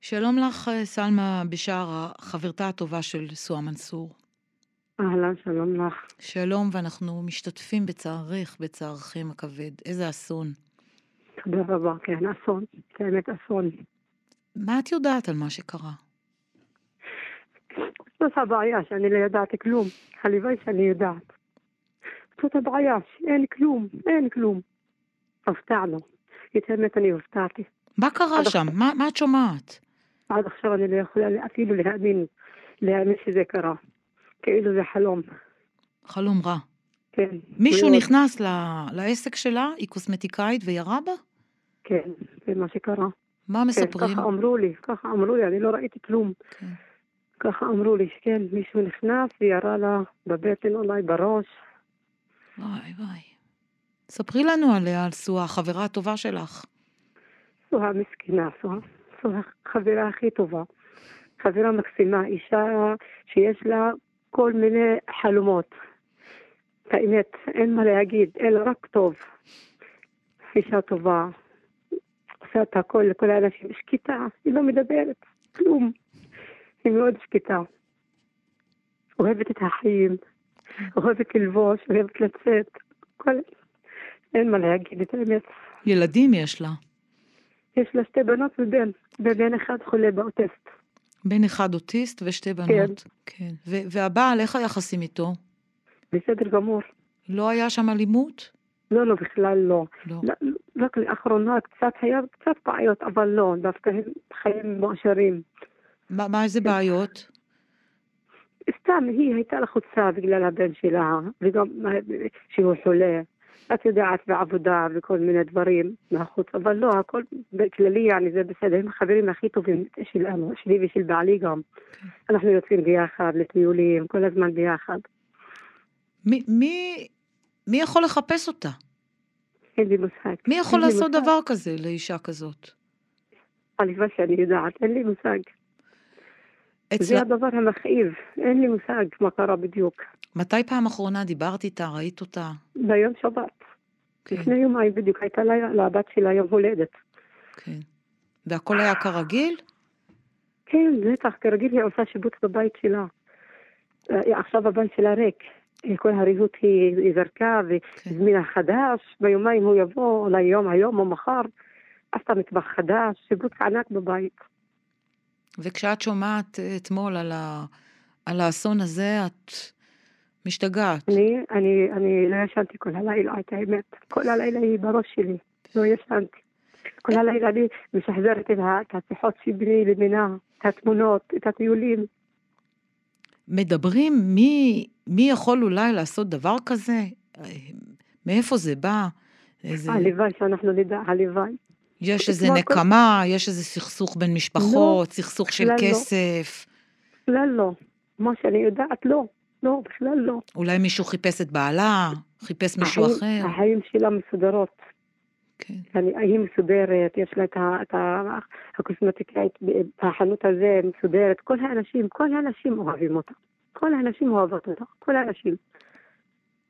שלום לך, אה, סלמה בשארה, חברתה הטובה של סוהא מנסור. אהלן, שלום לך. שלום, ואנחנו משתתפים בצערך, בצערכם הכבד. איזה אסון. תודה רבה. כן, אסון. באמת אסון. מה את יודעת על מה שקרה? זאת הבעיה, שאני לא ידעתי כלום. הלוואי שאני יודעת. זאת הבעיה, שאין כלום, אין כלום. הופתענו. את האמת, אני הופתעתי. מה קרה עד שם? מה, מה את שומעת? עד עכשיו אני לא יכולה אפילו להאמין, להאמין שזה קרה. כאילו זה חלום. חלום רע. כן. מישהו מאוד. נכנס ל... לעסק שלה, היא קוסמטיקאית, וירה בה? כן, זה מה שקרה. מה כן, מספרים? ככה אמרו לי, ככה אמרו לי, אני לא ראיתי כלום. כן. ככה אמרו לי, כן, מישהו נכנס וירה לה בבטן, אולי בראש. וואי וואי. ספרי לנו עליה, על סואה, החברה הטובה שלך. סוהא מסכנה, סוהא, סוהא חברה הכי טובה. חברה מקסימה, אישה שיש לה כל מיני חלומות. את האמת, אין מה להגיד, אלא רק טוב. אישה טובה, עושה את הכל לכל האנשים, שקטה, היא לא מדברת, כלום. היא מאוד שקטה. אוהבת את החיים, אוהבת ללבוש, אוהבת לצאת, כל... אין מה להגיד, את האמת. ילדים יש לה. יש לה שתי בנות ובן, ובן אחד חולה באוטסט. בן אחד אוטיסט ושתי בנות. כן. ו- והבעל, איך היחסים איתו? בסדר גמור. לא היה שם אלימות? לא, לא, בכלל לא. לא. לא, רק לאחרונה קצת היה קצת בעיות, אבל לא, דווקא הם חיים מאושרים. מה, מה איזה בעיות? סתם, היא הייתה לחוצה בגלל הבן שלה, וגם מה- שהוא חולה. את יודעת, בעבודה וכל מיני דברים מהחוץ, אבל לא, הכל בכללי, יעני, זה בסדר. הם החברים הכי טובים שלנו, שלי ושל בעלי גם. אנחנו יוצאים ביחד לטיולים, כל הזמן ביחד. מי, מי, מי יכול לחפש אותה? אין לי מושג. מי יכול אין לי לעשות מושג. דבר כזה לאישה כזאת? הלוואי שאני יודעת, אין לי מושג. אצלה, זה הדבר המכאיב, אין לי מושג מה קרה בדיוק. מתי פעם אחרונה דיברת איתה, ראית אותה? ביום שבת, כן, לפני יומיים בדיוק, הייתה לה- לבת שלה יום הולדת. כן. והכל היה כרגיל? כן, בטח, כרגיל היא עושה שיבוץ בבית שלה. אה, עכשיו הבית שלה ריק. אה, כל הריהוט היא היא זרקה כן. והזמינה חדש, ביומיים הוא יבוא, אולי יום היום או מחר, עשתה מטבח חדש, שיבוץ ענק בבית. וכשאת שומעת אה, אתמול על, ה... על האסון הזה, את משתגעת. אני, אני, אני לא ישנתי כל הלילה, את האמת. כל הלילה היא בראש שלי, לא ישנתי. כל הלילה אני משחזרת את ה- את השיחות שלי למינה, את התמונות, את הטיולים. מדברים מי, מי יכול אולי לעשות דבר כזה? אה, מאיפה זה בא? איזה, הלוואי שאנחנו נדע, הלוואי. יש איזה כמו הכל- נקמה, יש איזה סכסוך בין משפחות, סכסוך של בכלל לא. כסף, בכלל לא. מה שאני יודעת, לא. לא, בכלל לא. אולי מישהו חיפש את בעלה, חיפש מישהו החיים- אחר. החיים שלה מסודרות. כן. يعني, היא מסודרת, יש לה את, ה, את ה, הקוסמטיקאית, את החנות הזה מסודרת. כל האנשים, כל האנשים אוהבים אותה. כל האנשים אוהבות אותה. כל האנשים.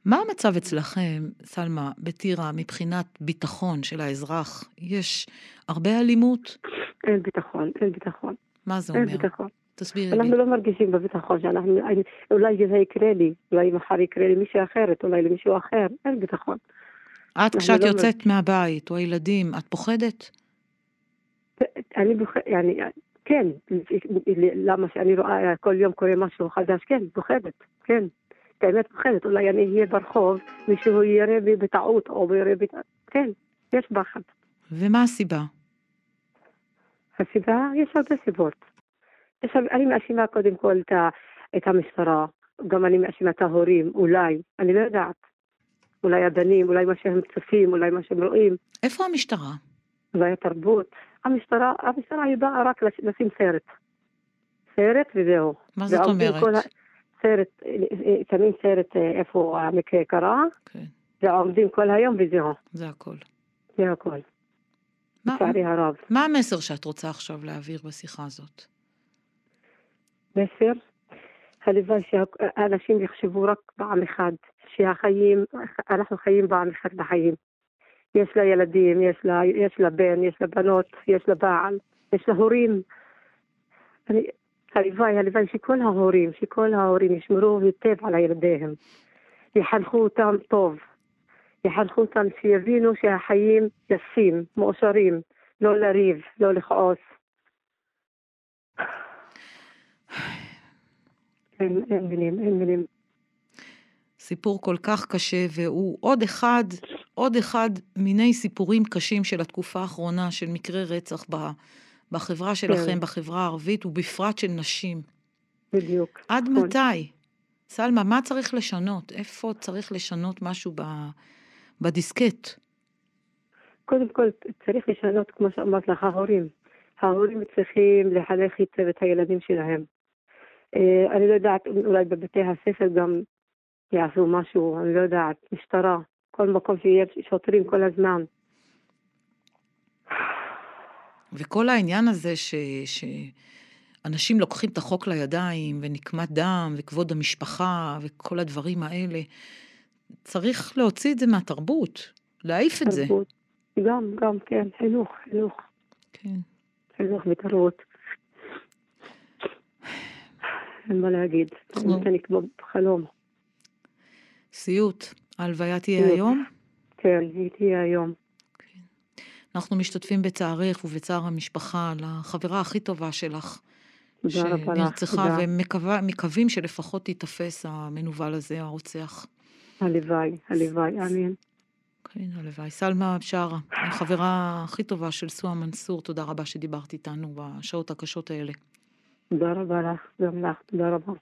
מה המצב אצלכם, סלמה, בטירה, מבחינת ביטחון של האזרח? יש הרבה אלימות? אין ביטחון, אין ביטחון, מה זה אין אומר? ביטחון. תסבירי לי. אנחנו לא מרגישים בביטחון שאנחנו, אני- אולי זה יקרה לי, אולי מחר יקרה לי מישהי אחרת, אולי למישהו אחר, אין ביטחון. את, כשאת לא יוצאת מהבית, או הילדים, את פוחדת? אני, בוח- يعني, כן, למה שאני רואה כל יום קורה משהו חדש, כן, פוחדת, כן. באמת פוחדת, אולי אני אהיה ברחוב, מישהו יראה בי בטעות, או יראה בי, כן, יש פחד. ומה הסיבה? הסיבה, יש הרבה סיבות. יש, הרבה- אני מאשימה קודם כל את, ה- את המשטרה, גם אני מאשימה את ההורים, אולי, אני לא יודעת. אולי הבנים, אולי מה שהם צופים, אולי מה שהם רואים, איפה המשטרה? אולי התרבות. המשטרה, המשטרה היא באה רק לש- לשים סרט. סרט וזהו. מה זאת ועומדים כל אומרת? ה- סרט, אה, אה, שמים סרט אה, איפה המקרה קרה, כן, ועומדים כל היום וזהו, זה הכל. זה הכל, מה- לצערי הרב. מה המסר שאת רוצה עכשיו להעביר בשיחה הזאת? מסר, הלוואי שהאנשים יחשבו רק פעם אחת, שהחיים, אנחנו חיים פעם אחת בחיים. יש לה ילדים, יש לה, יש לה בן, יש לה בנות, יש לה בעל, יש לה הורים, אני, הלוואי, הלוואי שכל ההורים, שכל ההורים ישמרו היטב על ילדיהם. יחנכו אותם טוב. יחנכו אותם שיבינו שהחיים יפים, מאושרים, לא לריב, לא לכעוס. אין, אין מילים, אין מילים. סיפור כל כך קשה, והוא עוד אחד, עוד אחד מיני סיפורים קשים של התקופה האחרונה, של מקרי רצח ב, בחברה שלכם, כן. בחברה הערבית, ובפרט של נשים. בדיוק. עד נכון. מתי? סלמה, מה צריך לשנות? איפה צריך לשנות משהו ב, בדיסקט? קודם כל צריך לשנות, כמו שאמרת לך, ההורים. ההורים צריכים לחנך היטב את הילדים שלהם. אה, אני לא יודעת, אולי בבתי הספר גם יעשו משהו, אני לא יודעת, משטרה, כל מקום שיהיה שוטרים כל הזמן. וכל העניין הזה ש... ש... אנשים לוקחים את החוק לידיים, ונקמת דם, וכבוד המשפחה, וכל הדברים האלה. צריך להוציא את זה מהתרבות, להעיף את זה. תרבות. גם, גם, כן, חינוך, חינוך, כן. חינוך ותרבות. אין מה להגיד, אנחנו- אני כמו בחלום. סיוט, ההלוויה תהיה סיוט. היום. כן, היא תהיה היום. אנחנו משתתפים בצערך ובצער המשפחה על החברה הכי טובה שלך, תודה רבה לך. שנרצחה, תודה. ומקווים שלפחות תיתפס המנוול הזה, הרוצח. הלוואי, הלוואי, אמן. כן, הלוואי. סלמה בשארה, החברה הכי טובה של סואה מנסור, תודה רבה שדיברת איתנו בשעות הקשות האלה. תודה רבה לך, גם לך, תודה רבה.